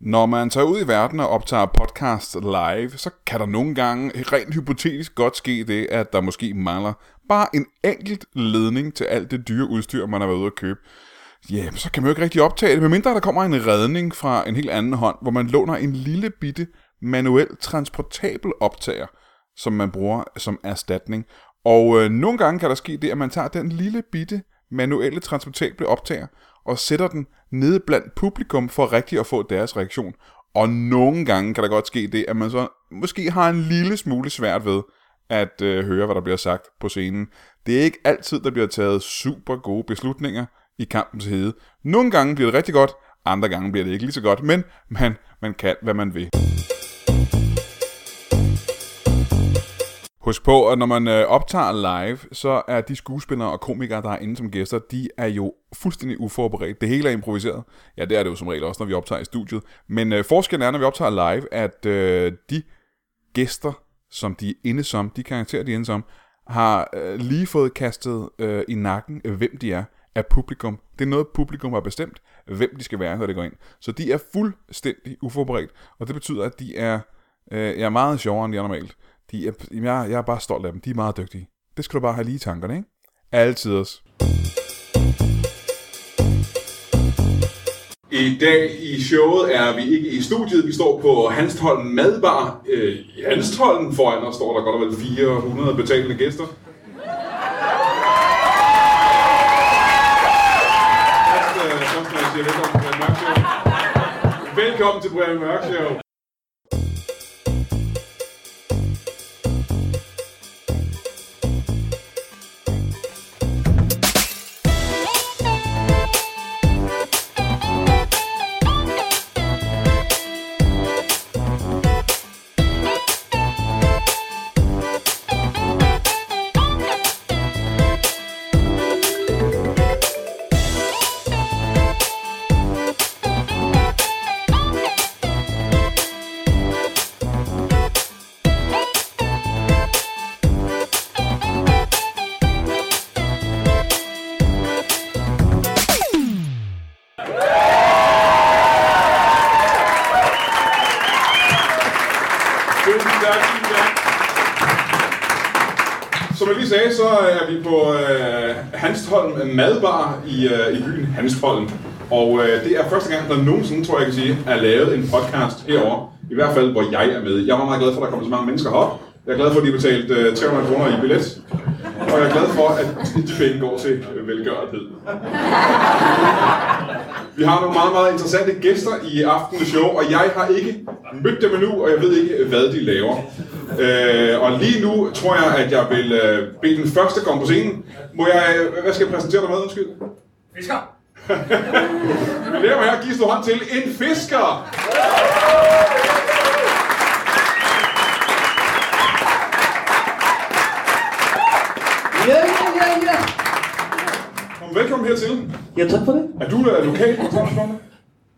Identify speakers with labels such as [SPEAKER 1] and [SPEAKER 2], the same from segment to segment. [SPEAKER 1] Når man tager ud i verden og optager podcast live, så kan der nogle gange rent hypotetisk godt ske det, at der måske mangler bare en enkelt ledning til alt det dyre udstyr, man har været ude at købe. Ja, så kan man jo ikke rigtig optage det, medmindre der kommer en redning fra en helt anden hånd, hvor man låner en lille bitte manuel transportabel optager, som man bruger som erstatning. Og øh, nogle gange kan der ske det, at man tager den lille bitte manuelle transportable optager og sætter den nede blandt publikum for rigtig at få deres reaktion. Og nogle gange kan der godt ske det, at man så måske har en lille smule svært ved at øh, høre, hvad der bliver sagt på scenen. Det er ikke altid, der bliver taget super gode beslutninger i kampens hede. Nogle gange bliver det rigtig godt, andre gange bliver det ikke lige så godt, men man, man kan, hvad man vil. Husk på, at når man øh, optager live, så er de skuespillere og komikere, der er inde som gæster, de er jo fuldstændig uforberedt. Det hele er improviseret. Ja, det er det jo som regel også, når vi optager i studiet. Men øh, forskellen er, når vi optager live, at øh, de gæster, som de er inde som, de karakterer, de er inde som, har øh, lige fået kastet øh, i nakken, øh, hvem de er af publikum. Det er noget, publikum har bestemt, hvem de skal være, når det går ind. Så de er fuldstændig uforberedt, og det betyder, at de er, øh, er meget sjovere, end de er normalt. De er, jamen, jeg, jeg er bare stolt af dem. De er meget dygtige. Det skal du bare have lige i tankerne, ikke? Altid også. I dag i showet er vi ikke i studiet. Vi står på Hanstholm Madbar. Øh, I Hanstholm foran os står der godt og vel 400 betalende gæster. Først, øh, først må jeg sige velkommen til Brian Mørk Show. Velkommen til Brian Mørk Show. Tusind tak, tusind tak. Som jeg lige sagde, så er vi på øh, Hanstholm Madbar i, øh, i byen Hanstholm. Og øh, det er første gang, der nogensinde, tror jeg, jeg kan sige, er lavet en podcast herover. I hvert fald, hvor jeg er med. Jeg var meget glad for, at der kom så mange mennesker herop. Jeg er glad for, at de har betalt øh, 300 kroner i billet. Og jeg er glad for, at de penge går til øh, velgørenhed. Vi har nogle meget, meget interessante gæster i aftenens show, og jeg har ikke mødt dem endnu, og jeg ved ikke, hvad de laver. Øh, og lige nu tror jeg, at jeg vil øh, bede den første komme på scenen. Må jeg, øh, hvad skal jeg præsentere dig med, undskyld?
[SPEAKER 2] Fisker!
[SPEAKER 1] Vi lærer mig her, gives du hånd til en fisker!
[SPEAKER 2] Ja, ja, ja, ja!
[SPEAKER 1] Kom, velkommen hertil.
[SPEAKER 2] Ja, tak for det.
[SPEAKER 1] Er du øh, lokal?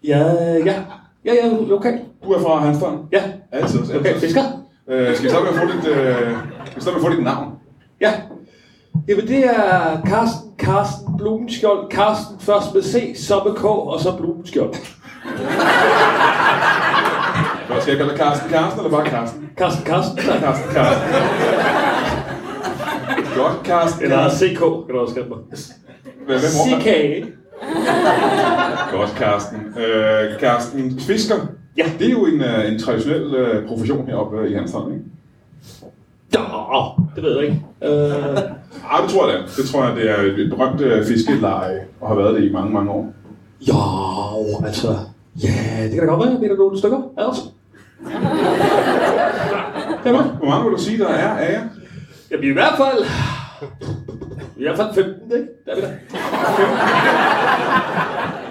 [SPEAKER 2] Ja, ja. Ja, ja, lokal.
[SPEAKER 1] Du er fra Hanstholm?
[SPEAKER 2] Ja,
[SPEAKER 1] Altid. altid.
[SPEAKER 2] lokal fisker.
[SPEAKER 1] Øh, skal vi starte med at få dit, øh, skal vi starte med at få dit navn?
[SPEAKER 2] Ja. Jamen, det er Karsten, Karsten, Blumenskjold. Karsten først med C, så med K, og så Blumenskjold.
[SPEAKER 1] Hvad skal jeg kalde dig? Karsten Karsten, eller bare Karsten?
[SPEAKER 2] Karsten, Karsten. Nej.
[SPEAKER 1] Karsten Karsten. Godt, Karsten.
[SPEAKER 2] Eller CK, kan du også kalde mig.
[SPEAKER 1] Hvem hvem råber-
[SPEAKER 2] CK, ikke?
[SPEAKER 1] Godt, Karsten. Øh, Karsten, fisker.
[SPEAKER 2] Ja.
[SPEAKER 1] Det er jo en, øh, en traditionel øh, profession heroppe øh, i Hanstholm, ikke?
[SPEAKER 2] Da, det ved jeg ikke. Øh,
[SPEAKER 1] Ah, det tror jeg da. Det tror jeg, det er et et berømt øh, fiskeleje, og har været det i mange, mange år.
[SPEAKER 2] jo, altså... Ja, det kan da godt være, jeg mener nogle stykker. Altså.
[SPEAKER 1] Hvor mange- Hvor mange vil du sige, der er af jer?
[SPEAKER 2] Ja, vi er i hvert fald... Vi er i hvert fald 15, ikke? Der er vi der.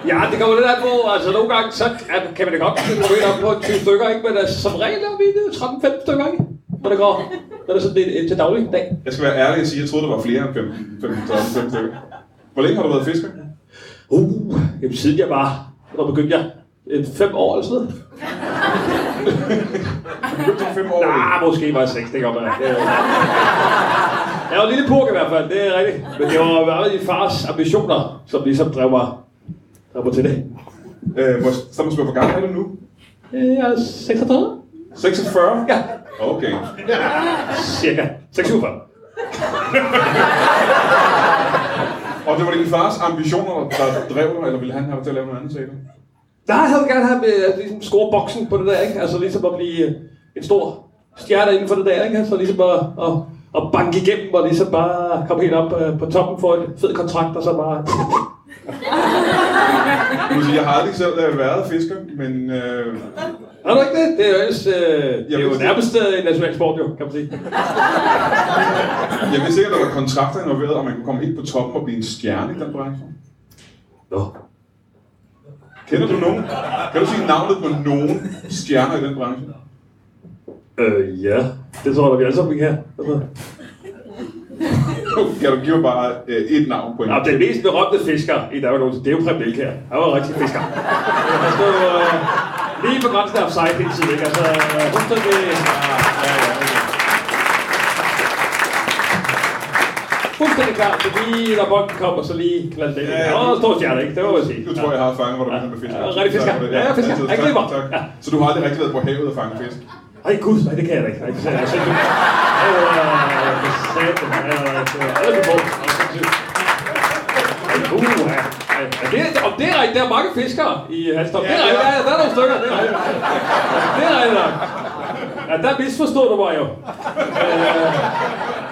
[SPEAKER 2] Ja, det kommer lidt an på. Altså, nogle gange, så ja, kan man da godt gå ind op på 20 stykker, ikke? Men altså, som regel er vi 13-15 stykker, ikke? Når det går, når det er sådan en, en til daglig dag.
[SPEAKER 1] Jeg skal være ærlig og sige, at jeg troede, der var flere end 15, 15, 13, 15 stykker. Hvor længe har du været fisker?
[SPEAKER 2] Uh, jamen, siden jeg var... Hvornår begyndte jeg? En fem år eller sådan noget?
[SPEAKER 1] Du er fem år.
[SPEAKER 2] Ah, måske var jeg seks, det kan godt være. Det er- Jeg var en lille purk i hvert fald, det er rigtigt. Men det var i hvert fald min fars ambitioner, som ligesom drev mig, drev mig til det.
[SPEAKER 1] Øh, hvor, så må jeg spørge, hvor gammel er du nu?
[SPEAKER 2] Øh, Jeg er 36.
[SPEAKER 1] 46?
[SPEAKER 2] Ja,
[SPEAKER 1] Okay.
[SPEAKER 2] cirka. 46.
[SPEAKER 1] Og det var din fars ambitioner, der drev dig, eller ville han have dig til at lave noget andet, sagde du?
[SPEAKER 2] Nej, jeg vil gerne have med, at ligesom score boksen på det der, ikke? Altså ligesom at blive øh, en stor stjerne inden for det der, ikke? Altså ligesom at, at, at banke igennem og ligesom bare komme helt op øh, på toppen for en fed kontrakt, og så bare...
[SPEAKER 1] Jeg vil sige, jeg har aldrig selv øh, været fisker, men øh,
[SPEAKER 2] Har du ikke det? Det er jo, ellers, øh, det er jo
[SPEAKER 1] vidste-
[SPEAKER 2] nærmest øh, en national sport, jo, kan man sige.
[SPEAKER 1] jeg vidste sikkert, at der var kontrakter involveret, og man kunne komme helt på toppen og blive en stjerne i den branche.
[SPEAKER 2] Nå.
[SPEAKER 1] Kender du nogen? Kan du sige navnet på nogen stjerner i den branche?
[SPEAKER 2] Øh, ja. Det tror jeg, vi alle sammen ikke her. Altså,
[SPEAKER 1] Kan du give mig bare øh, et navn på en?
[SPEAKER 2] Nå, den mest berømte fisker i Danmark, det er jo Preben Elkjær. Han var en rigtig fisker. Han stod øh, lige på grænsen af offside hele tiden, ikke? Altså, øh, fuldstændig...
[SPEAKER 1] Ja, ja, ja.
[SPEAKER 2] Fuldstændig klar, så lige når bolden kom, og så lige knaldte den. ind.
[SPEAKER 1] Ja, ja.
[SPEAKER 2] Han var en stor stjerne, ikke? Det må man sige.
[SPEAKER 1] Nu tror jeg, jeg har fanget, hvor du er med fisk.
[SPEAKER 2] Ja, rigtig fisker.
[SPEAKER 1] Tak for det.
[SPEAKER 2] Ja, fisker.
[SPEAKER 1] altid.
[SPEAKER 2] Jeg
[SPEAKER 1] Tak,
[SPEAKER 2] griber.
[SPEAKER 1] tak.
[SPEAKER 2] Ja.
[SPEAKER 1] Så du har aldrig rigtig været på havet og fange fisk?
[SPEAKER 2] Ej gud, nej, det kan jeg da ikke. Nej, det kan jeg da ikke. Øh, for satan, ja, altså, alle på bund. Ej, uh, ja. Ej, ja, det er- om det er rigtigt, der er mange fiskere i Halstorp. Det er rigtigt, ja, ja, der er nogle stykker, det er rigtigt. Det er rigtigt nok. Ja, der misforstod du mig jo. Øh,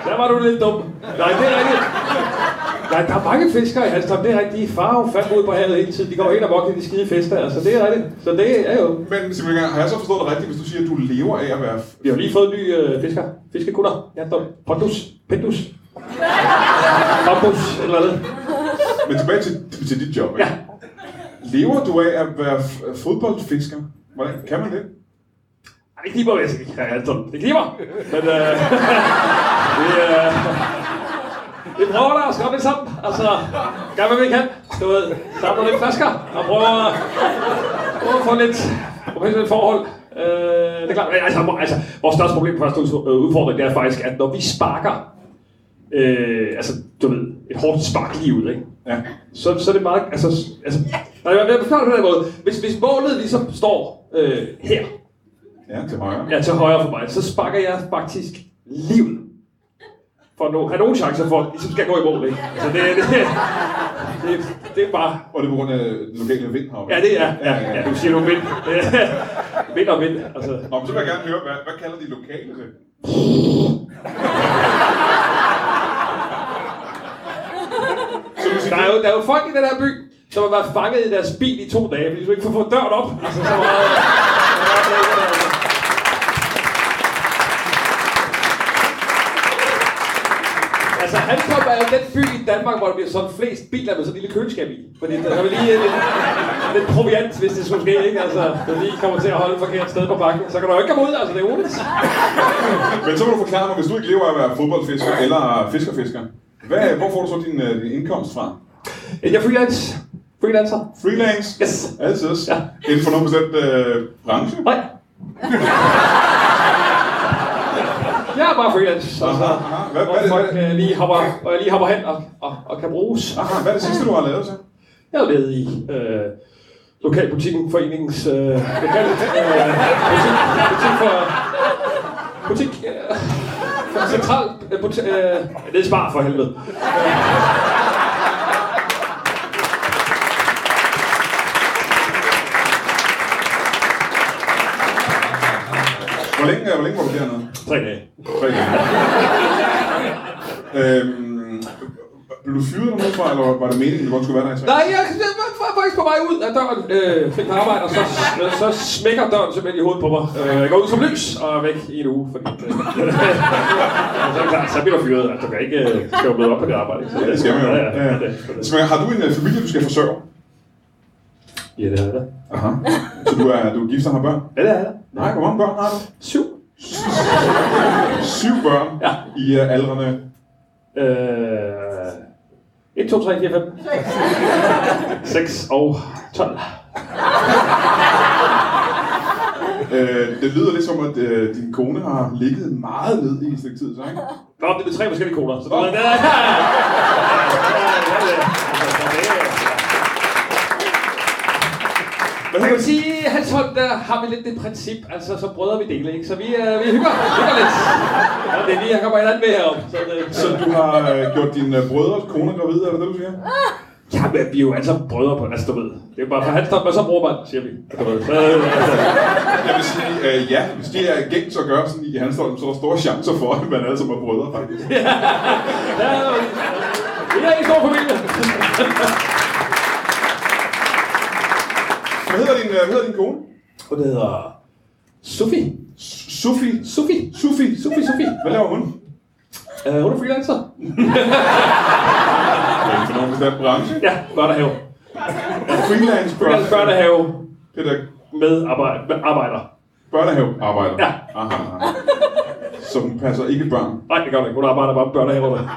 [SPEAKER 2] der var du lidt dum. Nej, det er rigtigt. Nej, der er mange fiskere i Halstorp, det er rigtigt. De er far og fandme ude på havet hele tiden. De går helt amok i de skide fester, altså det er rigtigt. Så det er jo
[SPEAKER 1] Men Simon, har jeg så forstået dig rigtigt, hvis du siger, at du lever af at være...
[SPEAKER 2] vi har jo lige fået en ny øh, fisker. Fiskekutter. Ja, dog. Pondus. Pendus. Pondus. Eller andet.
[SPEAKER 1] Men tilbage til, til dit job,
[SPEAKER 2] Ja.
[SPEAKER 1] ikke? Lever du af at være f- fodboldfisker? Hvordan kan man det?
[SPEAKER 2] Ej, det kniber, vil jeg sige. Ja, Anton. Det kniber. Men øh, vi, øh, vi prøver da at skrabe lidt sammen. Altså, gør hvad vi kan. Du ved, samler lidt flasker og prøver, prøver at få lidt professionelt forhold. Øh, det er klart, men altså, altså, vores største problem på første ud- øh, udfordring, det er faktisk, at når vi sparker, øh, altså, du ved, et hårdt spark lige ud, ikke?
[SPEAKER 1] Ja.
[SPEAKER 2] så, så er det meget... Altså, altså, nej, jeg jeg forklarer det på den her måde. Hvis, hvis målet ligesom står øh, her,
[SPEAKER 1] Ja, til højre.
[SPEAKER 2] ja, til højre for mig, så sparker jeg faktisk livet for at nå, have nogen chancer for, at ligesom skal gå i mål, ikke? Altså, det, det, det, det er bare...
[SPEAKER 1] Og det er på grund af den lokale vind heroppe.
[SPEAKER 2] Ja, det er... Ja, ja, du siger nu vind. vind og vind, altså...
[SPEAKER 1] Nå, men så vil jeg gerne høre, hvad, hvad kalder de lokale det? Så du
[SPEAKER 2] Der
[SPEAKER 1] siger,
[SPEAKER 2] er, jo, der er jo folk i den her by, som har været fanget i deres bil i to dage, fordi du ikke får fået døren op. Altså, så meget... så meget- Altså, Hankom er jo den by i Danmark, hvor der bliver solgt flest biler med sådan en lille køleskab i. Fordi der der vil lige øh, lidt, lidt proviant, hvis det skulle ske, ikke? Altså, du lige kommer til at holde et forkert sted på bakken, så kan du jo ikke komme ud, altså, det er uligt.
[SPEAKER 1] men så må du forklare mig, hvis du ikke lever af at være fodboldfisker eller fiskerfisker, hvad, hvor får du så din, øh, din indkomst fra?
[SPEAKER 2] Jeg er freelance. Freelancer.
[SPEAKER 1] Freelance?
[SPEAKER 2] Yes.
[SPEAKER 1] Altid.
[SPEAKER 2] Ja.
[SPEAKER 1] Inden for nogen bestemt øh, branche?
[SPEAKER 2] Nej. Jeg er bare freelance. Altså,
[SPEAKER 1] Aha, aha. Hvad,
[SPEAKER 2] hvor
[SPEAKER 1] hvad, er det-
[SPEAKER 2] folk
[SPEAKER 1] hvad,
[SPEAKER 2] øh, lige hopper, og jeg lige hopper hen og, og, og kan bruges.
[SPEAKER 1] aha, hvad er det sidste, du har lavet så?
[SPEAKER 2] Jeg har været i øh, lokalbutikken, foreningens øh, lokal, øh, butik, butik for butik øh, for central øh, butik, øh, det er spar for helvede.
[SPEAKER 1] Hvor længe, hvor længe var du dernede?
[SPEAKER 2] Tre dage.
[SPEAKER 1] Tre dage. øhm, blev du fyret dernede fra, eller var det meningen, at du godt skulle være der i tre?
[SPEAKER 2] Nej, jeg, jeg var faktisk på vej ud af døren, øh, fik på arbejde, og så, så smækker døren simpelthen i hovedet på mig. Øh, jeg går ud som lys og er væk i en uge, fordi... Øh, så er det klart, så bliver du fyret, at du kan ikke øh, skal jo bløde op på det arbejde. Så,
[SPEAKER 1] Ja, det skal man jo.
[SPEAKER 2] Ja,
[SPEAKER 1] Ja,
[SPEAKER 2] ja,
[SPEAKER 1] ja. Så har du en øh, familie, du skal forsørge?
[SPEAKER 2] ja, det er det.
[SPEAKER 1] Aha. Så du er, du er gift og har børn?
[SPEAKER 2] Ja, det er det.
[SPEAKER 1] Nej, hvor mange børn har du?
[SPEAKER 2] Syv.
[SPEAKER 1] Syv børn
[SPEAKER 2] Ja.
[SPEAKER 1] i uh, aldrene.
[SPEAKER 2] Øh, 1, 2, 3, 4, 5. 6 og 12.
[SPEAKER 1] Øh, det lyder lidt som, at øh, din kone har ligget meget ned i et stykke tid, så ikke?
[SPEAKER 2] Nå, det er tre forskellige koder. Så det
[SPEAKER 1] Nå.
[SPEAKER 2] er... Ja, ja, ja, ja, ja, ja, ja.
[SPEAKER 1] Hvad
[SPEAKER 2] Men så kan man sige, at hans hold, der har vi lidt det princip, altså så brødre vi dele, ikke? Så vi, øh, vi hygger, hygger lidt. Og det er lige, jeg kommer et andet med herom. Så, øh,
[SPEAKER 1] Så du har øh, gjort dine øh, brødres kone gravid, er det det, du siger?
[SPEAKER 2] ja, men vi er jo altså brødre på, altså du ved. Det er jo bare for hans top, og så bruger man, siger vi. Du ved. Så, øh, altså,
[SPEAKER 1] Jeg vil sige, øh, ja, hvis det er gængs at gøre sådan i Hanstholm, så er der store chancer for, at man alle sammen er altså brødre, faktisk.
[SPEAKER 2] ja, øh, vi er en stor familie.
[SPEAKER 1] Hvad hedder din, øh, hvad hedder din kone?
[SPEAKER 2] Hun hedder Sofie.
[SPEAKER 1] Sufi.
[SPEAKER 2] Sofie.
[SPEAKER 1] Sufi. Sufi.
[SPEAKER 2] Sofie, Sofie.
[SPEAKER 1] Hvad laver hun?
[SPEAKER 2] Øh, hun er freelancer.
[SPEAKER 1] Det er en enormt bestemt branche.
[SPEAKER 2] Ja, børnehave.
[SPEAKER 1] Freelance børnehave.
[SPEAKER 2] Børne- Børnehave
[SPEAKER 1] Det er da
[SPEAKER 2] med, arbejde, med arbejder.
[SPEAKER 1] børnehavearbejder.
[SPEAKER 2] Ja.
[SPEAKER 1] Aha. Så hun passer ikke børn.
[SPEAKER 2] Nej, det gør det ikke. Hun arbejder bare med børnehaverne.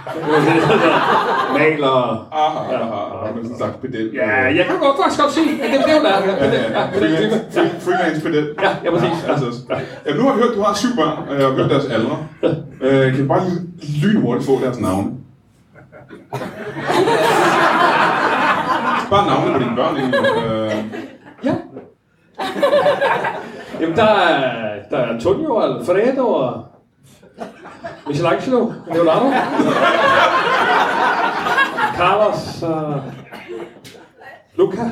[SPEAKER 2] Maler.
[SPEAKER 1] Aha, aha, aha. Hun er sådan en slags pedel.
[SPEAKER 2] Ja, jeg kan godt faktisk godt sige, at det er det, hun er. Ja,
[SPEAKER 1] Ja, ja, ja. Freelance, free- freelance pedel.
[SPEAKER 2] Ja, ja, præcis.
[SPEAKER 1] Ja, altså, ja, nu har vi hørt, at du har syv børn, og jeg har hørt deres aldre. Øh, kan vi bare lige lynhurtigt få deres navne? Bare navne på dine børn, egentlig. Øh,
[SPEAKER 2] ja. Jamen, der er, der er Antonio, og Alfredo og Michelangelo, og Leonardo. Carlos og Luca.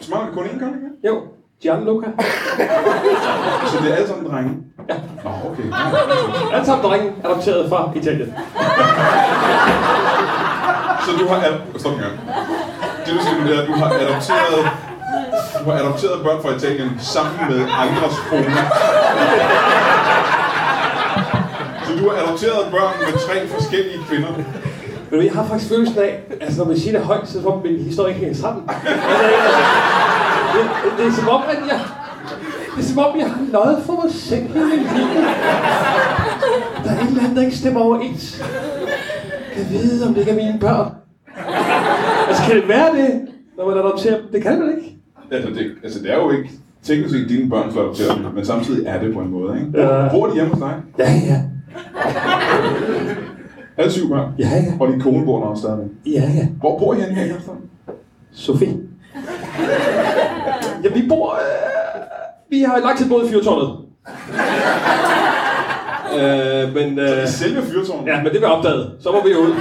[SPEAKER 1] Smager det kun én gang, ikke?
[SPEAKER 2] Jo, Gianluca.
[SPEAKER 1] Så det er alle sammen drenge? Ja. Nå, okay. Ja.
[SPEAKER 2] Alle sammen drenge adopteret fra Italien.
[SPEAKER 1] Så du har... Ad- Stop en gang. Det du siger nu, det er, at du har adopteret... Du har adopteret børn fra Italien sammen med andres koner. Så du har adopteret børn med tre forskellige kvinder.
[SPEAKER 2] Men jeg har faktisk følelsen af, altså når man siger det højt, så er det som om min historie ikke hænger sammen. Altså, det, det, det, er som om, at jeg... Det er som om, jeg har løjet for mig selv hele min liv. Der er et eller andet, der ikke stemmer overens. Kan vide, om det ikke er mine børn. Altså, kan det være det, når man adopterer dem? Det kan man ikke.
[SPEAKER 1] Altså det, altså, det er jo ikke teknisk set dine børn, der adopterer dem, men samtidig er det på en måde, ikke?
[SPEAKER 2] Ja.
[SPEAKER 1] Bor de hjemme hos dig?
[SPEAKER 2] Ja, ja.
[SPEAKER 1] Alle syv børn?
[SPEAKER 2] Ja, ja.
[SPEAKER 1] Og din kone bor der også stadigvæk.
[SPEAKER 2] Ja, ja.
[SPEAKER 1] Hvor bor I henne her i Hanstholm?
[SPEAKER 2] Sofie. Ja, vi bor... Øh, vi har lang tid boet i fyrtårnet. øh, men... Øh,
[SPEAKER 1] I selve fyrtårnet?
[SPEAKER 2] ja, men det blev opdaget. Så var vi ude.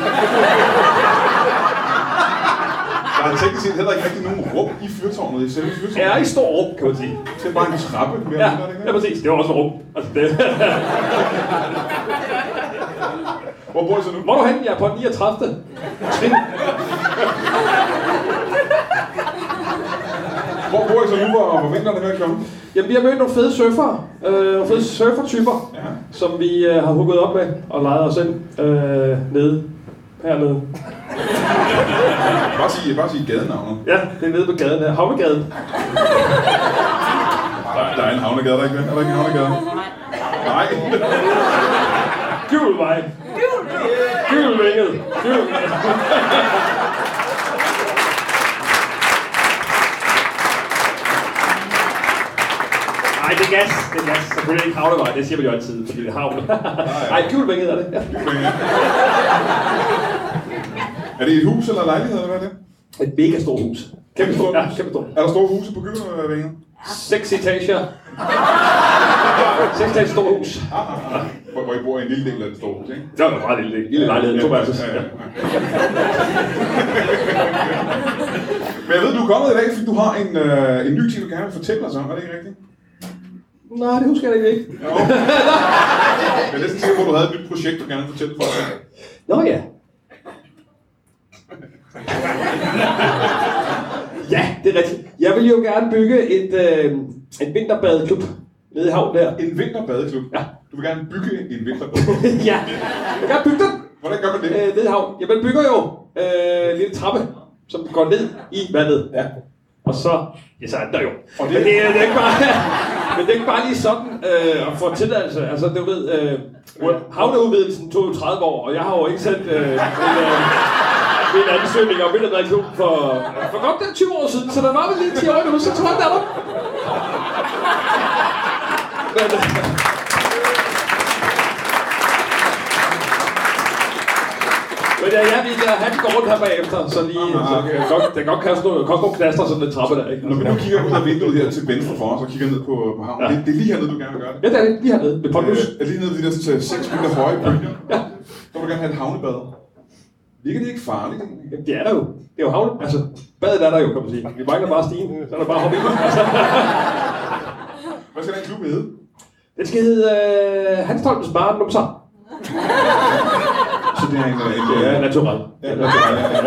[SPEAKER 1] Der er teknisk set heller ikke rigtig nogen rum i fyrtårnet, i selve fyrtårnet.
[SPEAKER 2] Jeg er ikke stor rum, kan man sige.
[SPEAKER 1] Det er bare en trappe, mere
[SPEAKER 2] Ja,
[SPEAKER 1] eller mindre, ikke?
[SPEAKER 2] ja præcis. Det var også et rum. Altså, det.
[SPEAKER 1] Hvor bor I så nu?
[SPEAKER 2] Hvor er du hen? Jeg er på 39. Trin.
[SPEAKER 1] Hvor bor I så nu, hvor, hvor vinteren er ved at komme?
[SPEAKER 2] Jamen, vi har mødt nogle fede surfere. Øh, nogle fede surfertyper,
[SPEAKER 1] Ja.
[SPEAKER 2] som vi øh, har hugget op med og lejet os ind øh, nede hernede.
[SPEAKER 1] Bare sige, bare sige gadenavnet.
[SPEAKER 2] Ja, det er nede på gaden her. Havnegaden.
[SPEAKER 1] Der, der er en havnegade, der er ikke det? Er der ikke en havnegade? Nej.
[SPEAKER 2] Gul vej. Gul vinget. Gul vinget. Nej, det er gas. Det er gas. Selvfølgelig ikke havnevej. Det siger man jo altid, fordi det er havn. Nej, gul vinget er det. Ja.
[SPEAKER 1] Er det et hus eller en lejlighed, eller hvad er det?
[SPEAKER 2] Et mega stort hus. Kæmpe stort. Ja, kæmpe stort.
[SPEAKER 1] Er der store huse på Gyldevænget?
[SPEAKER 2] Seks etager. Seks etager stort hus.
[SPEAKER 1] Hvor, hvor I bor i en lille del af det store hus, ikke?
[SPEAKER 2] Det var en meget lille, lille lejlighed. To værelses.
[SPEAKER 1] Ja,
[SPEAKER 2] Ja.
[SPEAKER 1] ja, ja. Men jeg ved, du er kommet i dag, fordi du har en, øh, en ny ting, du gerne vil fortælle os om. Er det ikke rigtigt?
[SPEAKER 2] Nej, det husker jeg da ikke.
[SPEAKER 1] Jo. Jeg er næsten sikker på, at du havde et nyt projekt, du gerne vil fortælle folk om.
[SPEAKER 2] Nå ja. ja, det er rigtigt. Jeg vil jo gerne bygge et, øh, et vinterbadeklub nede i havn der.
[SPEAKER 1] En vinterbadeklub?
[SPEAKER 2] Ja.
[SPEAKER 1] Du vil gerne bygge en vinterbadeklub.
[SPEAKER 2] ja, jeg vil gerne bygge den
[SPEAKER 1] Hvordan gør man det?
[SPEAKER 2] øh, nede i havn. Jeg bygger jo øh, en lille trappe, som går ned i vandet.
[SPEAKER 1] Ja.
[SPEAKER 2] Og så, ja, så er den der jo.
[SPEAKER 1] Og det-
[SPEAKER 2] Men det, er, det er ikke bare... Men det er ikke bare lige sådan øh, at få tilladelse. Altså, du ved, øh, havneudvidelsen tog jo 30 år, og jeg har jo ikke sendt øh, en, øh, en ansøgning om vinterbadeklub for, for godt der 20 år siden, så der var vel lige 10 år nu, så tror jeg, der er der. Men, øh, men øh, ja, ja, vi, han går rundt her bagefter, så lige... øh, Så kan jeg godt, det kan godt kaste nogle, godt nogle knaster sådan en trappe der, ikke?
[SPEAKER 1] Ah, Når vi nu kigger ud af vinduet her til venstre for os og kigger ned på, på havnen,
[SPEAKER 2] Ja.
[SPEAKER 1] det, det, er lige hernede, du gerne vil gøre det.
[SPEAKER 2] Ja, det er det. Lige hernede ved Pondus.
[SPEAKER 1] Øh, er lige nede ved de der sådan, 6 meter høje bølger. Ja. Så vil du gerne have et havnebad. Virker det ikke farligt egentlig?
[SPEAKER 2] Jamen, det er der jo. Det er jo havne. Altså, badet er der jo, kan man sige. Vi mangler bare stigen, så er der bare hoppe i. Altså,
[SPEAKER 1] Hvad skal den klub hedde?
[SPEAKER 2] det skal hedde øh, Hanstholms Bare Numser.
[SPEAKER 1] Så det er en... en
[SPEAKER 2] Det er
[SPEAKER 1] ja.
[SPEAKER 2] naturligt.
[SPEAKER 1] Ja, ja, ja, ja.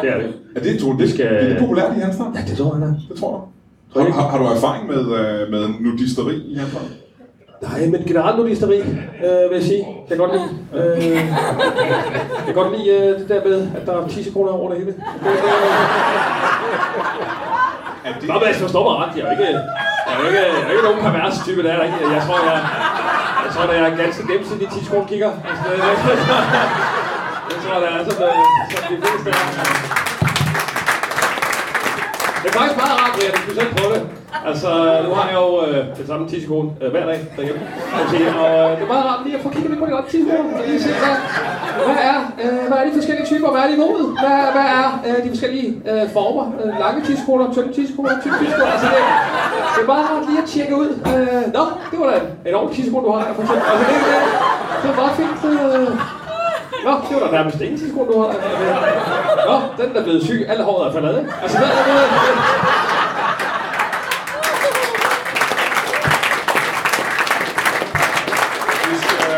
[SPEAKER 2] Det er det.
[SPEAKER 1] Er det, tror du, det, skal...
[SPEAKER 2] Skal-
[SPEAKER 1] det er populært i Hanstholm?
[SPEAKER 2] Ja, det tror jeg, der.
[SPEAKER 1] Det tror jeg.
[SPEAKER 2] Tror jeg
[SPEAKER 1] Har,
[SPEAKER 2] ikke.
[SPEAKER 1] har, har, du erfaring med, øh, med nudisteri i Hanstholm?
[SPEAKER 2] Nej, men generelt nudisteri, øh, vil jeg sige. Jeg kan godt lide, øh, jeg kan godt lide øh, det der med, at der er 10 sekunder over det hele. Det, øh,
[SPEAKER 1] Er det,
[SPEAKER 2] Nå, men altså, forstår mig ret. Jeg er jo ikke, jeg er jo ikke, jeg er ikke nogen pervers type, der er der ikke. Jeg tror, jeg, jeg tror, det er ganske gennemsnitlig 10 sekunder kigger. Altså, det, det, det, tror jeg, det er sådan, øh, sådan de fleste er. Det er faktisk meget rart, at du skulle selv prøve det. Altså, nu har jeg jo øh, det samme 10 sekunder øh, hver dag derhjemme. kan man sige. Og øh, det er meget rart lige at få kigget lidt på de godt 10 sekunder. Og lige se, hvad, hvad, er, øh, hvad er de forskellige typer? Hvad er de modet? Hvad, hvad er øh, de forskellige øh, former? Øh, lange 10 sekunder, tynde 10 sekunder, tykke 10 sekunder. Altså, det, det er meget rart lige at tjekke ud. Øh, nå, det var da en ordentlig 10 sekunder, du har her for eksempel. Altså, det, det, det var meget fint. Øh, Nå, det var da nærmest ingen tidskone, du har. Nå, den der er blevet syg. Alle håret er faldet, af, ikke? Altså, hvad er det?
[SPEAKER 1] det skal... Det skal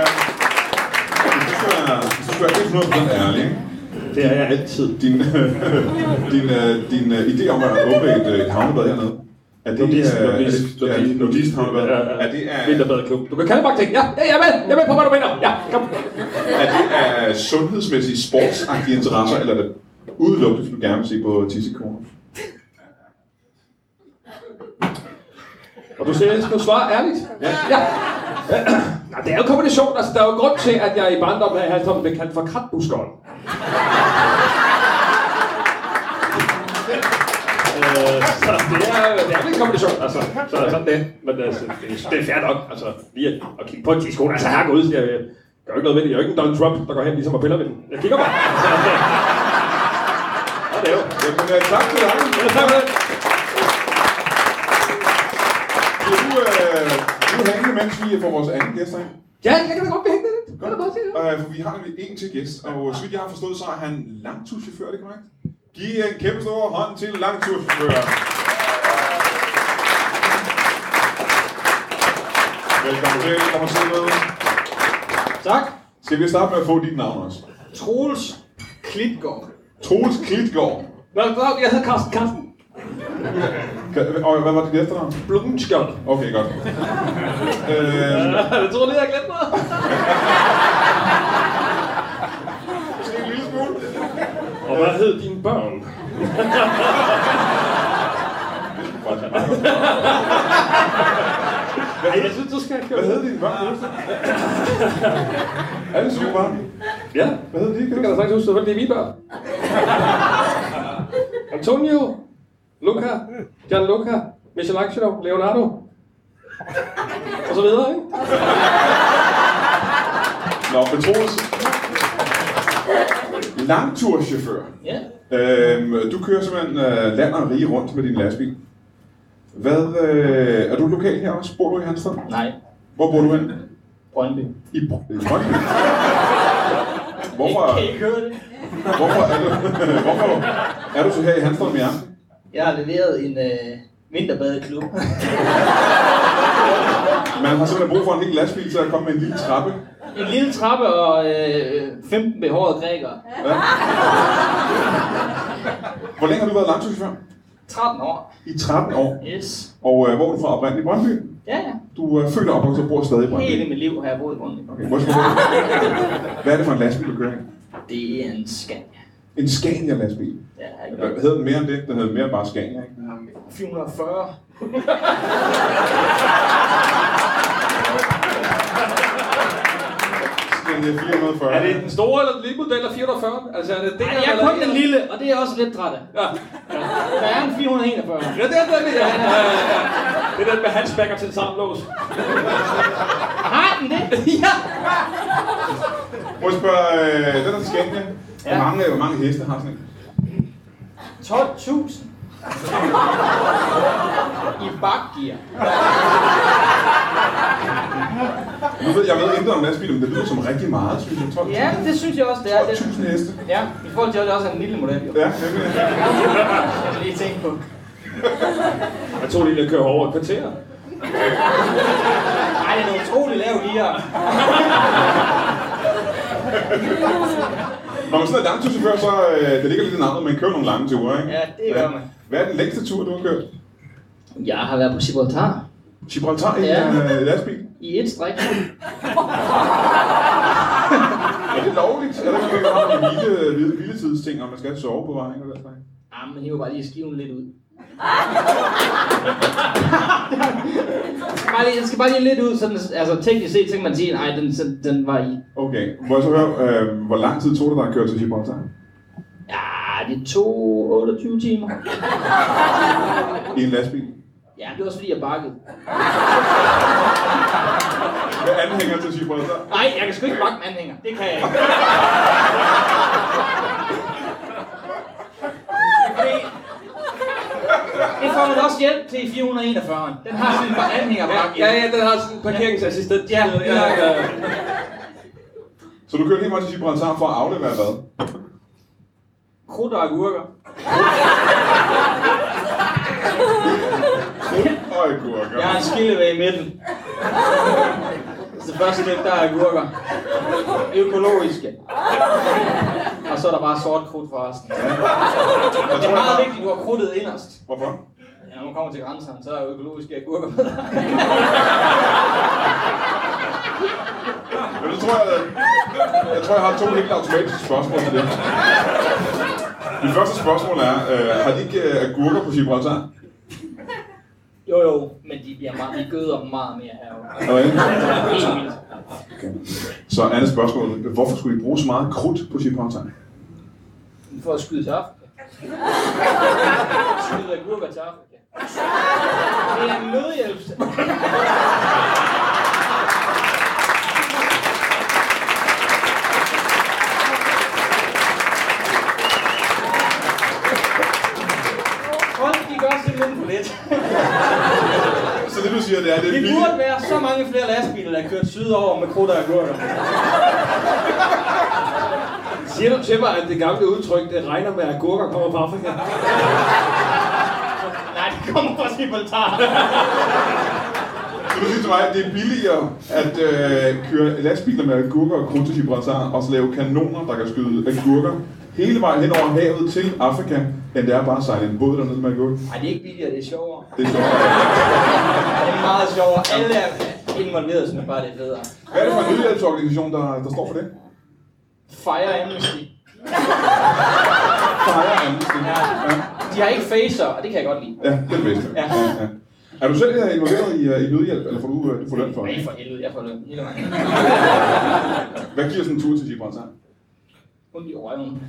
[SPEAKER 1] være... Det skal være helt 100% ærlig, ikke?
[SPEAKER 2] Det er jeg altid.
[SPEAKER 1] Din, øh, din, øh, din øh, idé om at åbne et, øh, et havnebad hernede, er det,
[SPEAKER 2] Nudist,
[SPEAKER 1] øh, er det-
[SPEAKER 2] nudist,
[SPEAKER 1] ja,
[SPEAKER 2] nudist.
[SPEAKER 1] nudist havnebad, er det af,
[SPEAKER 2] Vinterbadeklub. Du kan kalde mig ting. Ja, ja, jeg er med. Jeg er med på, hvad du mener. Ja, kom.
[SPEAKER 1] er det af sundhedsmæssige, sportsagtige interesser, eller er det udelukkende, hvis du gerne vil se på tissekroner?
[SPEAKER 2] Og du siger, at du svarer ærligt? Ja. ja. Nej, det er jo en kombination. Altså, der er jo en grund til, at jeg i barndommen her i Halsholm blev kaldt for kratbuskeren. Øh, så det er, det er vel en kombination, altså. Så er sådan det. Men altså, det, er- det er fair nok, altså. Lige at, at kigge på en diskon. Altså, herregud, jeg, jeg gør ikke noget ved det. Jeg er jo ikke en Donald Trump, der går hen ligesom og piller ved den. Jeg kigger bare. Altså, det, og det er jo.
[SPEAKER 1] Jamen, øh, tak til dig.
[SPEAKER 2] Ja, tak for det.
[SPEAKER 1] Vil du, øh, vil du hænge, mens vi får vores anden gæst ind?
[SPEAKER 2] Ja, jeg kan da godt behænge det. Det er da bare at sige
[SPEAKER 1] Øh,
[SPEAKER 2] det.
[SPEAKER 1] for vi har nemlig en til gæst, og så vidt jeg har forstået, så er han langturschauffør, er det korrekt? Giv en kæmpe stor hånd til langturschauffør. Velkommen til, kom og sidde med.
[SPEAKER 2] Tak.
[SPEAKER 1] Skal vi starte med at få dit navn også?
[SPEAKER 2] Troels Klitgaard.
[SPEAKER 1] Troels Klitgaard.
[SPEAKER 2] Hvad, hvad, jeg hedder Carsten Carsten
[SPEAKER 1] Kan- Og hvad var dit efternavn?
[SPEAKER 2] Blumskjold.
[SPEAKER 1] Okay, godt. øh,
[SPEAKER 2] Jeg tror lige, jeg har glemt noget.
[SPEAKER 1] måske en lille smule.
[SPEAKER 2] Og hvad hed dine børn?
[SPEAKER 1] Hvad
[SPEAKER 2] Ej, jeg
[SPEAKER 1] hed-
[SPEAKER 2] synes, du skal have
[SPEAKER 1] Hvad
[SPEAKER 2] kørt.
[SPEAKER 1] hed dine børn? Er det syv børn?
[SPEAKER 2] Ja,
[SPEAKER 1] Hvad hed de?
[SPEAKER 2] det kan jeg sagtens huske, for det er mine børn. Antonio, Luca, Gianluca, Michelangelo, Leonardo. Og så videre, ikke?
[SPEAKER 1] Nå, men Troels. Langturschauffør.
[SPEAKER 2] Ja.
[SPEAKER 1] Øhm, du kører simpelthen øh, land og rige rundt med din lastbil. Hvad, øh, er du lokal her også? Bor du i Hanstad?
[SPEAKER 3] Nej,
[SPEAKER 1] Hvor bor du hen?
[SPEAKER 3] Brøndby.
[SPEAKER 1] I, Br- i Brøndby. Hvorfor,
[SPEAKER 3] Kan I ikke høre det?
[SPEAKER 1] hvorfor, er du, hvorfor er du så her i Hanstad om i aften?
[SPEAKER 3] Jeg har leveret en øh, vinterbadeklub.
[SPEAKER 1] Man har simpelthen brug for en lille lastbil til at komme med en lille trappe.
[SPEAKER 3] en lille trappe og øh, 15 behårede grækere.
[SPEAKER 1] Ja. Hvor længe har du været langturschauffør?
[SPEAKER 3] 13 år.
[SPEAKER 1] I 13 år.
[SPEAKER 3] Yes.
[SPEAKER 1] Og øh, hvor er du fra oprindeligt? Brøndby?
[SPEAKER 3] Ja, ja.
[SPEAKER 1] Du er født og opvokset og bor stadig i Brøndby?
[SPEAKER 3] Hele mit liv har jeg boet i Brøndby.
[SPEAKER 1] Okay, hvor skal du Hvad er det for en lastbil, du kører i?
[SPEAKER 3] Det er en Scania.
[SPEAKER 1] En Scania lastbil.
[SPEAKER 3] Ja, jeg
[SPEAKER 1] Hvad
[SPEAKER 3] gør
[SPEAKER 1] hed den mere end det? Den hed mere bare Scania, ikke?
[SPEAKER 3] 440.
[SPEAKER 1] Scania 440.
[SPEAKER 2] Er det den store eller den lille model af 440? Altså, er det det
[SPEAKER 3] Ej,
[SPEAKER 2] her,
[SPEAKER 3] jeg er
[SPEAKER 2] eller
[SPEAKER 3] kun den lille, og det er jeg også lidt træt af.
[SPEAKER 2] Ja.
[SPEAKER 3] Der er en 441.
[SPEAKER 2] Ja, det er den, ja. ja, ja, ja. Det er den med hatchbacker til samme lås.
[SPEAKER 3] Har den det? ja!
[SPEAKER 1] Må jeg spørge, øh, den der Scania, Hvor mange, hvor mange heste har sådan en?
[SPEAKER 3] 12.000. I bakgear.
[SPEAKER 1] Nu ved, jeg ved intet om lastbil, men det lyder som rigtig meget, synes jeg. 12
[SPEAKER 3] Ja, men det synes jeg også, det er. Det,
[SPEAKER 1] 1000 heste.
[SPEAKER 3] ja, i forhold til, at det også er en lille model, jo.
[SPEAKER 1] Ja, nemlig.
[SPEAKER 3] Jeg kan lige tænke på.
[SPEAKER 2] Jeg tror lige, at kører over et kvarter.
[SPEAKER 3] Ej, det er en utrolig lav gear.
[SPEAKER 1] Når man sådan er langturschauffør, så øh, det ligger lidt i navnet, man kører nogle lange ture, ikke?
[SPEAKER 3] Ja, det gør man.
[SPEAKER 1] Hvad er den længste tur, du har kørt?
[SPEAKER 3] Jeg har været på Gibraltar
[SPEAKER 1] Gibraltar i
[SPEAKER 3] Ja.
[SPEAKER 1] en øh, lastbil?
[SPEAKER 3] i et stræk.
[SPEAKER 1] Er det lovligt? Er der ikke nogen nogle vilde, vilde, hviletidsting, og man skal sove på vejen? Eller hvad?
[SPEAKER 3] Ja, Ah, men hiver bare lige skiven lidt ud. bare lige, den skal bare lige lidt ud, sådan, altså teknisk set, så kan man sige, nej, den, den, den var i.
[SPEAKER 1] Okay, må jeg så høre, øh, hvor lang tid tog det dig at køre til Gibraltar?
[SPEAKER 3] Ja, det tog 28 timer.
[SPEAKER 1] I en lastbil?
[SPEAKER 3] Ja, det var også fordi, jeg bakkede.
[SPEAKER 1] Hvad anhænger til Gibraltar?
[SPEAKER 3] Nej, jeg kan sgu ikke bakke med anhænger. Det kan jeg ikke. Det- Det får man da også hjælp til i 441. Den har sådan en par anhænger bakke.
[SPEAKER 2] Ja, ja, den har sådan en parkeringsassistent. Ja, ja, ja.
[SPEAKER 1] Så du kørte helt meget til Gibraltar for at aflevere hvad?
[SPEAKER 3] Krudt og agurker.
[SPEAKER 1] Åh, gurker.
[SPEAKER 3] Jeg har en
[SPEAKER 2] altså.
[SPEAKER 3] skillevæg i midten. Det første klip, der er agurker. Økologiske. Og så er der bare sort krudt for resten.
[SPEAKER 1] Jeg
[SPEAKER 3] Det
[SPEAKER 1] tror,
[SPEAKER 3] er
[SPEAKER 1] jeg
[SPEAKER 3] meget
[SPEAKER 1] bare...
[SPEAKER 3] vigtigt, at du har krudtet inderst.
[SPEAKER 1] Hvorfor?
[SPEAKER 3] Ja, når man kommer til grænserne, så er økologiske agurker med.
[SPEAKER 1] Men så tror jeg, jeg, jeg tror, jeg har to helt automatiske spørgsmål til det. Det første spørgsmål er, øh, har de ikke øh, agurker på Gibraltar?
[SPEAKER 3] Jo jo, men de bliver meget, de gøder dem meget mere herovre.
[SPEAKER 1] Okay.
[SPEAKER 3] Helt vildt.
[SPEAKER 1] Så andet spørgsmål. Hvorfor skulle I bruge så meget krudt på Gibraltar?
[SPEAKER 3] For at skyde til Afrika. Skyde agurker til Afrika. Det er en nødhjælps... Folk, de gør simpelthen for lidt.
[SPEAKER 1] Så det du siger, det er, det er
[SPEAKER 3] Det
[SPEAKER 1] billigt.
[SPEAKER 3] burde være så mange flere lastbiler, der kørte sydover med krudt og agurker.
[SPEAKER 2] Siger du til mig, at det gamle udtryk, det regner med, at agurker kommer fra Afrika?
[SPEAKER 3] Nej, det kommer fra Gibraltar.
[SPEAKER 1] Så du siger til mig, at det er billigere at øh, køre lastbiler med agurker og krudt til Gibraltar, og så lave kanoner, der kan skyde agurker hele vejen hen over havet til Afrika, end det er bare at sejle en båd dernede med agurker.
[SPEAKER 3] Nej, det er ikke billigere, det er sjovere.
[SPEAKER 1] Det er sjovt.
[SPEAKER 3] Det er meget sjovere. Alle er involveret, så bare det er bedre.
[SPEAKER 1] Hvad er det for en nødhjælpsorganisation, der, der står for det?
[SPEAKER 3] Fire Amnesty.
[SPEAKER 1] Fire Amnesty. Ja.
[SPEAKER 3] De har ikke facer, og det kan jeg godt lide.
[SPEAKER 1] ja, det er det bedste. Ja. Ja. Er du selv øh, involveret i, øh, i nødhjælp, eller får du, øh, du får løn for
[SPEAKER 3] Nej,
[SPEAKER 1] det?
[SPEAKER 3] for helvede, jeg får løn hele vejen.
[SPEAKER 1] Hvad giver sådan en tur til Gibraltar?
[SPEAKER 3] Hun i røven.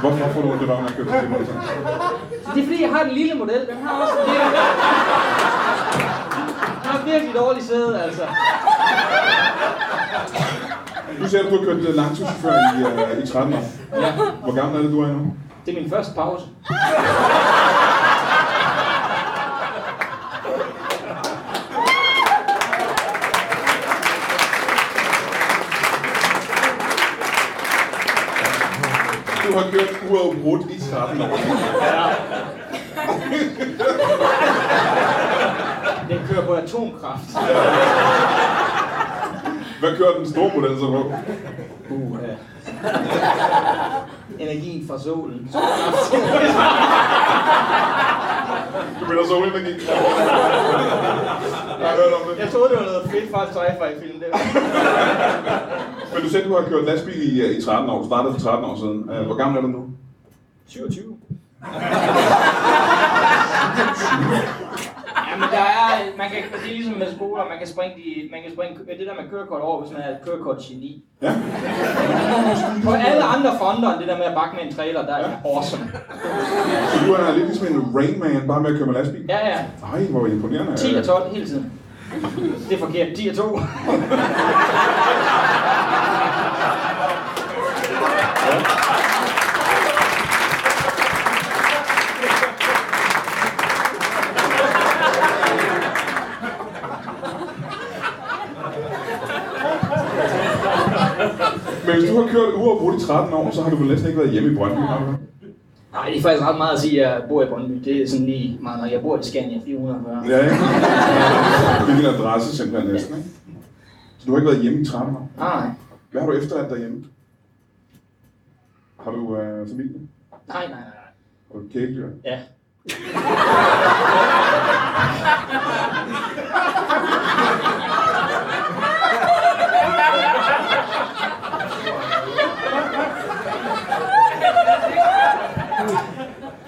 [SPEAKER 1] Hvorfor får du ondt i røven, når du kører til Gibraltar?
[SPEAKER 3] Det er fordi, jeg har den lille model. Den har også en lille... Den har virkelig dårlig sæde, altså.
[SPEAKER 1] Du siger, at du har kørt øh, langturschauffør i, øh, i 13 år.
[SPEAKER 3] Ja,
[SPEAKER 1] Hvor gammel er det, du er nu?
[SPEAKER 3] det er min første pause.
[SPEAKER 1] Du har kørt uafbrudt i 13 år.
[SPEAKER 3] Den kører på atomkraft.
[SPEAKER 1] Hvad kører den store model så på?
[SPEAKER 3] Uh, ja. Energien fra solen.
[SPEAKER 1] Du mener solenergi. Jeg har hørt om det.
[SPEAKER 3] Jeg troede, det var noget fedt fra sci-fi-film. Det var.
[SPEAKER 1] Men du sagde, du har kørt lastbil i, øh, i 13 år. Du startede for 13 år siden. Øh, Hvor gammel er du nu?
[SPEAKER 3] 27. ja, men der er, man kan, det er ligesom med skoler, man kan springe, de, man kan springe det der med kørekort over, hvis man er et kørekort-geni.
[SPEAKER 1] Ja.
[SPEAKER 3] På alle andre fronter, end det der med at bakke med en trailer, der er awesome.
[SPEAKER 1] Så du er lidt ligesom en Rain Man, bare med at køre med lastbil?
[SPEAKER 3] Ja, ja.
[SPEAKER 1] Ej, hvor imponerende.
[SPEAKER 3] 10 og 12 hele tiden. Det er forkert. 10 og 2.
[SPEAKER 1] Men hvis du har kørt uafbrudt i 13 år, så har du vel næsten ikke været hjemme i Brøndby, har du?
[SPEAKER 3] Nej, det er faktisk ret meget at sige, at jeg bor i Brøndby. Det er sådan lige meget, når jeg bor i Scania 440.
[SPEAKER 1] Ja, ikke? Hvilken adresse simpelthen næsten, ikke? Så du har ikke været hjemme i 13 år.
[SPEAKER 3] Ah, Nej,
[SPEAKER 1] Hvad har du efterladt derhjemme? Har du øh, familie?
[SPEAKER 3] nej, nej, nej.
[SPEAKER 1] Har du kæledyr?
[SPEAKER 3] Ja.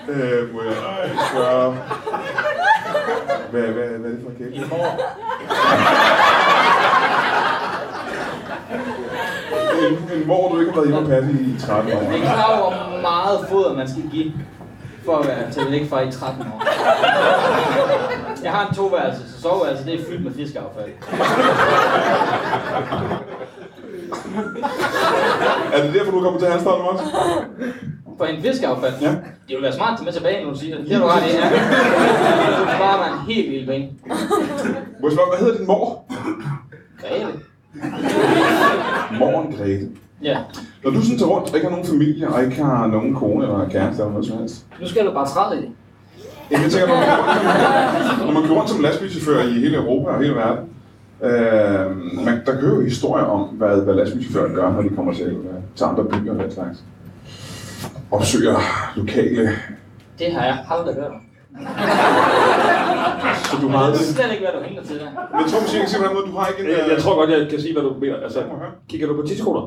[SPEAKER 1] Øh, må jeg spørge... Hvad, hvad, hvad er det for et kæledyr? En, en mor, du ikke har været hjemme og passe i 13 år.
[SPEAKER 3] Jeg er ikke klar over, hvor meget foder man skal give, for at være til at ligge fra i 13 år. Jeg har en toværelse, så soveværelse det er fyldt med fiskeaffald.
[SPEAKER 1] Er det derfor, du kommer til Hanstholm også?
[SPEAKER 3] For en fiskeaffald,
[SPEAKER 1] Ja.
[SPEAKER 3] det ville være smart at tage med tilbage, når du siger det. Det har du ret i, ja. Så sparer man en helt vild penge.
[SPEAKER 1] Må jeg spørge, hvad hedder din mor?
[SPEAKER 3] Grete?
[SPEAKER 1] Moren Grete.
[SPEAKER 3] Ja.
[SPEAKER 1] Når du sådan tager rundt og ikke har nogen familie, og ikke har nogen kone eller kæreste eller noget som helst,
[SPEAKER 3] Nu skal du bare træde i det.
[SPEAKER 1] Jamen, jeg tænker, når man, kører rundt som- når man kører rundt som lastbilchauffør i hele Europa og hele verden, øh, man, der kører jo historier om, hvad, hvad lastbilchauffører gør, når de kommer til, øh, til andre byer og den slags. Opsøger lokale...
[SPEAKER 3] Det har jeg aldrig hørt om.
[SPEAKER 1] Så du har
[SPEAKER 3] Jeg ved
[SPEAKER 1] aldrig...
[SPEAKER 3] slet ikke, hvad du henter til der.
[SPEAKER 1] Men Tom siger ikke simpelthen noget, du har ikke en... øh,
[SPEAKER 2] Jeg, jeg tror godt, jeg kan sige, hvad du mener. Altså,
[SPEAKER 1] Må jeg høre?
[SPEAKER 2] kigger du på tidskoder?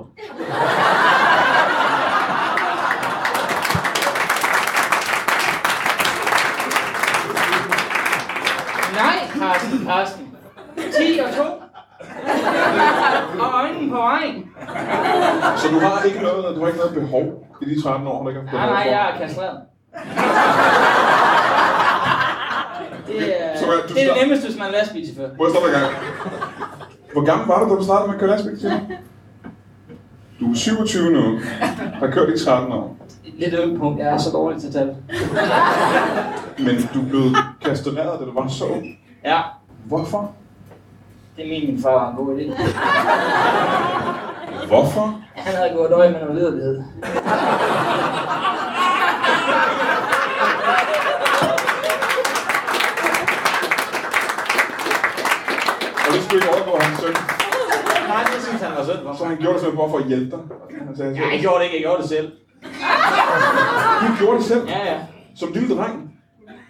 [SPEAKER 3] Nej, Carsten, Carsten. 10 og 2. Og øjnene på vejen.
[SPEAKER 1] Så du har ikke noget, du har ikke noget behov i de 13 år, der ikke har
[SPEAKER 3] Nej, nej,
[SPEAKER 1] for?
[SPEAKER 3] jeg er kastreret. Det er,
[SPEAKER 1] Så hvad, du
[SPEAKER 3] det, er
[SPEAKER 1] stop-
[SPEAKER 3] det nemmeste, hvis man er lastbilchauffør.
[SPEAKER 1] Må jeg stoppe i gang? Hvor gammel var du, da du startede med at køre lastbil, siger du? Du er 27 nu, har kørt i 13 år.
[SPEAKER 3] Et Lidt ømt punkt. Jeg er så dårlig til tal.
[SPEAKER 1] Men du blev kastreret, da du var så ung.
[SPEAKER 3] Ja,
[SPEAKER 1] Hvorfor?
[SPEAKER 3] det mente min far var en god idé.
[SPEAKER 1] Hvorfor?
[SPEAKER 3] Han havde gået øje med noget lederlighed.
[SPEAKER 1] Og det skulle ikke overgå hans søn.
[SPEAKER 3] Nej, det synes han var sødt for.
[SPEAKER 1] Så han gjorde det simpelthen bare for at hjælpe dig. Han sagde,
[SPEAKER 3] Jeg gjorde det ikke. Jeg gjorde det selv.
[SPEAKER 1] du gjorde det selv,
[SPEAKER 3] Ja, ja.
[SPEAKER 1] som lille dreng.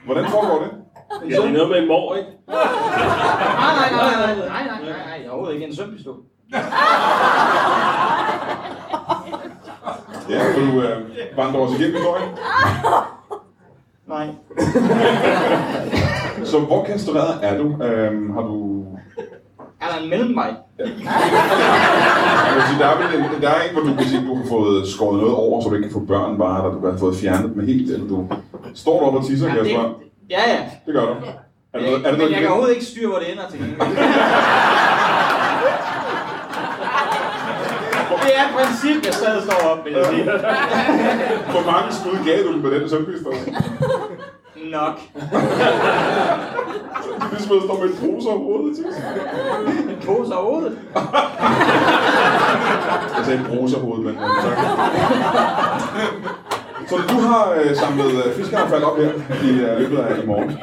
[SPEAKER 1] Hvordan foregår det?
[SPEAKER 2] Ja, det er noget med en mor, ikke?
[SPEAKER 3] Nej, nej, nej, nej, nej, nej, nej, nej, overhovedet ikke en sømpistol.
[SPEAKER 1] Ja, for du øh, vandrer os igennem historien.
[SPEAKER 3] Nej.
[SPEAKER 1] Så hvor kastreret er du? Øhm, har du...
[SPEAKER 3] Er der en mellemvej?
[SPEAKER 1] Jeg vil sige, Altså, der, er vel en, der er en, hvor du kan sige, du har fået skåret noget over, så du ikke kan få børn bare, eller du har fået fjernet dem helt, eller du står deroppe og tisser, kan jeg spørge.
[SPEAKER 3] det, ja, ja.
[SPEAKER 1] Det gør du. Er der, noget- er der
[SPEAKER 3] Men
[SPEAKER 1] noget,
[SPEAKER 3] jeg kan overhovedet ikke styre, hvor det ender til gengæld. Det er et princip, jeg stadig står op, vil jeg sige.
[SPEAKER 1] hvor mange skud gav du dem med den sømpistol?
[SPEAKER 3] Nok.
[SPEAKER 1] Det er som at stå med en pose over hovedet, tis.
[SPEAKER 3] En pose overhovedet.
[SPEAKER 1] Jeg sagde bruser hovedet, men men tak. Så du har øh, samlet øh, fiskeaffald op her i øh, løbet af i morgen.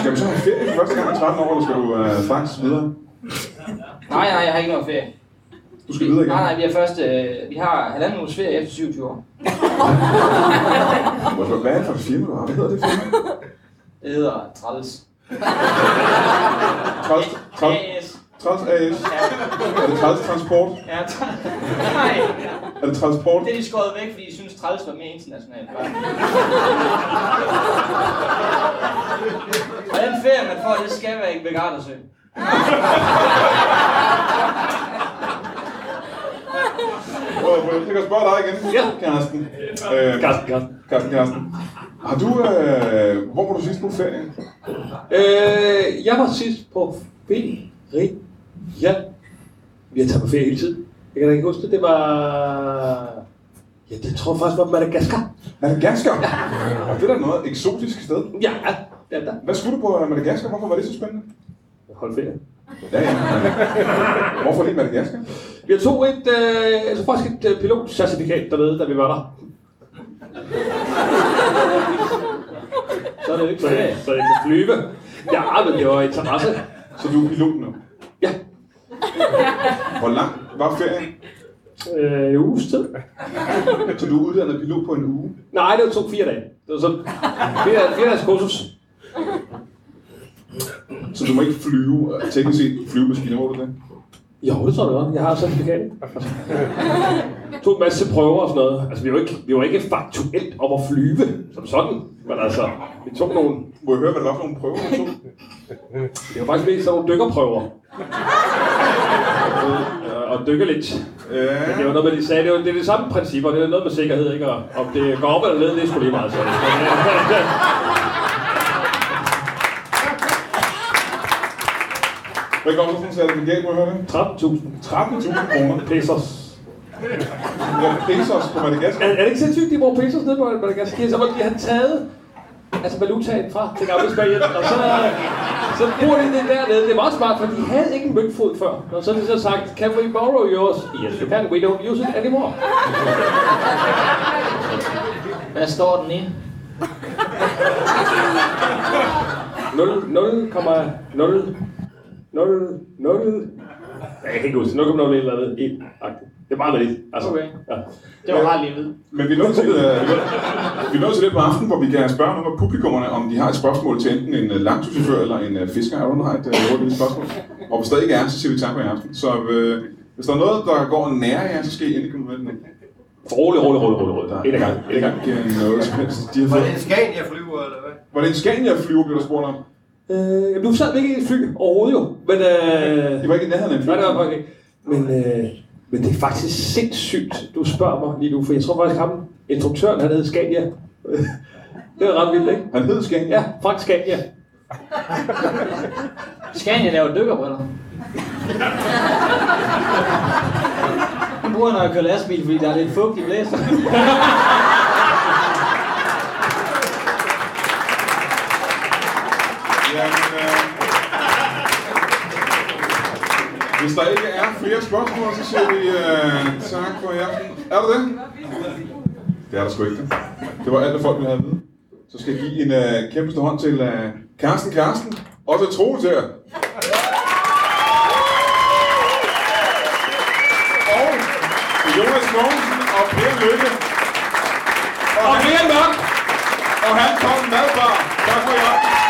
[SPEAKER 1] Skal du så have ferie for første gang i 13 år, eller skal du øh, straks videre?
[SPEAKER 3] Nej, nej, jeg har ikke noget ferie.
[SPEAKER 1] Du skal videre igen.
[SPEAKER 3] Nej, nej, vi har først, øh, vi har halvanden uges ferie efter 27 år.
[SPEAKER 1] Må jeg spørge, Hvad er det for et firma, du har? Hvad hedder det firma?
[SPEAKER 3] Det hedder Træls.
[SPEAKER 1] 30, 30,
[SPEAKER 3] AS.
[SPEAKER 1] Trans AS? Er det Trans Transport?
[SPEAKER 3] Ja, tak. Nej,
[SPEAKER 1] Er det Transport?
[SPEAKER 3] det er de skåret væk, fordi I synes, træls var mere internationalt. hva'? Og den ferie, man får, det skal være i Begardersø.
[SPEAKER 1] Prøv, prøv, Jeg kan spørge dig igen,
[SPEAKER 2] Ja.
[SPEAKER 1] Karsten. Øh,
[SPEAKER 2] Karsten, Karsten.
[SPEAKER 1] Karsten, Karsten. Har du, øh, hvor var du sidst på ferie?
[SPEAKER 2] Øh, jeg var sidst på ferie. Ja. Vi har taget på ferie hele tiden. Jeg kan da ikke huske det. Det var... Ja, det tror jeg faktisk var Madagaskar.
[SPEAKER 1] Madagaskar? Og det er da noget eksotisk sted.
[SPEAKER 2] Ja, ja, der.
[SPEAKER 1] Hvad skulle du på øh, Madagaskar? Hvorfor var det så spændende?
[SPEAKER 2] Hold ferie.
[SPEAKER 1] Ja, ja. Hvorfor lige Madagaskar?
[SPEAKER 2] Jeg tog et, øh, altså faktisk et øh, pilotcertifikat dernede, da vi var der.
[SPEAKER 3] Så er det jo ikke
[SPEAKER 2] Så jeg,
[SPEAKER 3] ferie.
[SPEAKER 2] så jeg kunne flyve. Ja, men det var interesse.
[SPEAKER 1] Så du er pilot nu.
[SPEAKER 2] Ja,
[SPEAKER 1] Hvor lang var ferien?
[SPEAKER 2] øh, en uges tid.
[SPEAKER 1] Så du er uddannet pilot på en uge.
[SPEAKER 2] Nej, det tog fire dage. Det var sådan fire, fire dages kursus.
[SPEAKER 1] Så du må ikke flyve, øh, teknisk set flyve maskiner, hvor du det?
[SPEAKER 2] Jo, det tror jeg da godt. Jeg har certifikatet. Altså. Tog en masse prøver og sådan noget. Altså, vi var ikke, vi var ikke faktuelt om at flyve, som sådan. Men altså, vi tog nogle...
[SPEAKER 1] Må jeg høre, hvad der var for nogle prøver, du tog?
[SPEAKER 2] Det var faktisk mest sådan nogle dykkerprøver. Øh, og dykke lidt.
[SPEAKER 1] Ja.
[SPEAKER 2] Det var noget, med, de sagde, det, var, det er det samme princip, og det er noget med sikkerhed, ikke? Og om det går op eller ned, det er sgu lige meget. Så.
[SPEAKER 1] Hvad går du sådan til certifikat, må jeg høre det?
[SPEAKER 2] 13.000
[SPEAKER 1] 13.000 kroner.
[SPEAKER 2] pesos.
[SPEAKER 1] Ja, pesos på Madagaskar.
[SPEAKER 2] Er, er det ikke sindssygt, de bruger pesos nede på Madagaskar? Så må de have taget altså valutaen fra det gamle Spanien, og så, så bruger de det dernede. Det er meget smart, for de havde ikke en møntfod før. Og så har de så sagt, can we borrow yours? Yes, you can, we don't use it anymore.
[SPEAKER 3] Hvad står den i?
[SPEAKER 2] 0, 0, 0, 0, 0, jeg kan ikke huske, 0,0 eller andet, 1 -agtigt. Det er meget lidt. Altså,
[SPEAKER 3] Okay.
[SPEAKER 2] ja.
[SPEAKER 3] Det var rart lige at vide.
[SPEAKER 1] Men vi er nået til, øh, vi er nået til det på aftenen, hvor vi kan spørge nogle af publikummerne, om de har et spørgsmål til enten en øh, langturschauffør eller en øh, fisker. Er du har et øh, hurtigt lille spørgsmål? Og hvis der ikke er, så siger vi tak for i aften. Så øh, hvis der er noget, der går nær jer, så skal I endelig komme med den.
[SPEAKER 2] Rolig, rolig, rolig, rolig, rolig. En af gangen. En
[SPEAKER 1] Det
[SPEAKER 2] af gangen.
[SPEAKER 1] giver noget øh, som helst. De har
[SPEAKER 4] Var det en
[SPEAKER 1] fået...
[SPEAKER 4] Scania flyver, eller hvad?
[SPEAKER 1] Var det en Scania flyver, blev der spurgt om?
[SPEAKER 2] Øh, jamen, du sad vi ikke i et fly overhovedet jo, men... Øh,
[SPEAKER 1] Det var ikke i nærheden af en
[SPEAKER 2] nej,
[SPEAKER 1] flyver.
[SPEAKER 2] det var faktisk ikke. Men, øh, men det er faktisk sindssygt, du spørger mig lige nu, for jeg tror faktisk ham, instruktøren, han hed Scania. det er ret vildt, ikke?
[SPEAKER 1] Han hed Scania.
[SPEAKER 2] Ja, Frank Scania.
[SPEAKER 3] Scania laver dykkerbriller. Den bruger jeg, når jeg kører lastbil, fordi der er lidt fugt i blæsen.
[SPEAKER 1] Jamen, øh... Hvis der ikke er flere spørgsmål, så siger vi øh, tak for i aften. Er der det? Det er der sgu ikke. det. Det var alt, hvad folk ville have at vide. Så skal jeg give en øh, kæmpe stor hånd til øh, Karsten Karsten og til Troels her. Og Jonas Mogensen og Per Lykke. Og, og Per Mørk! Og han kom madbar. Tak for i aften.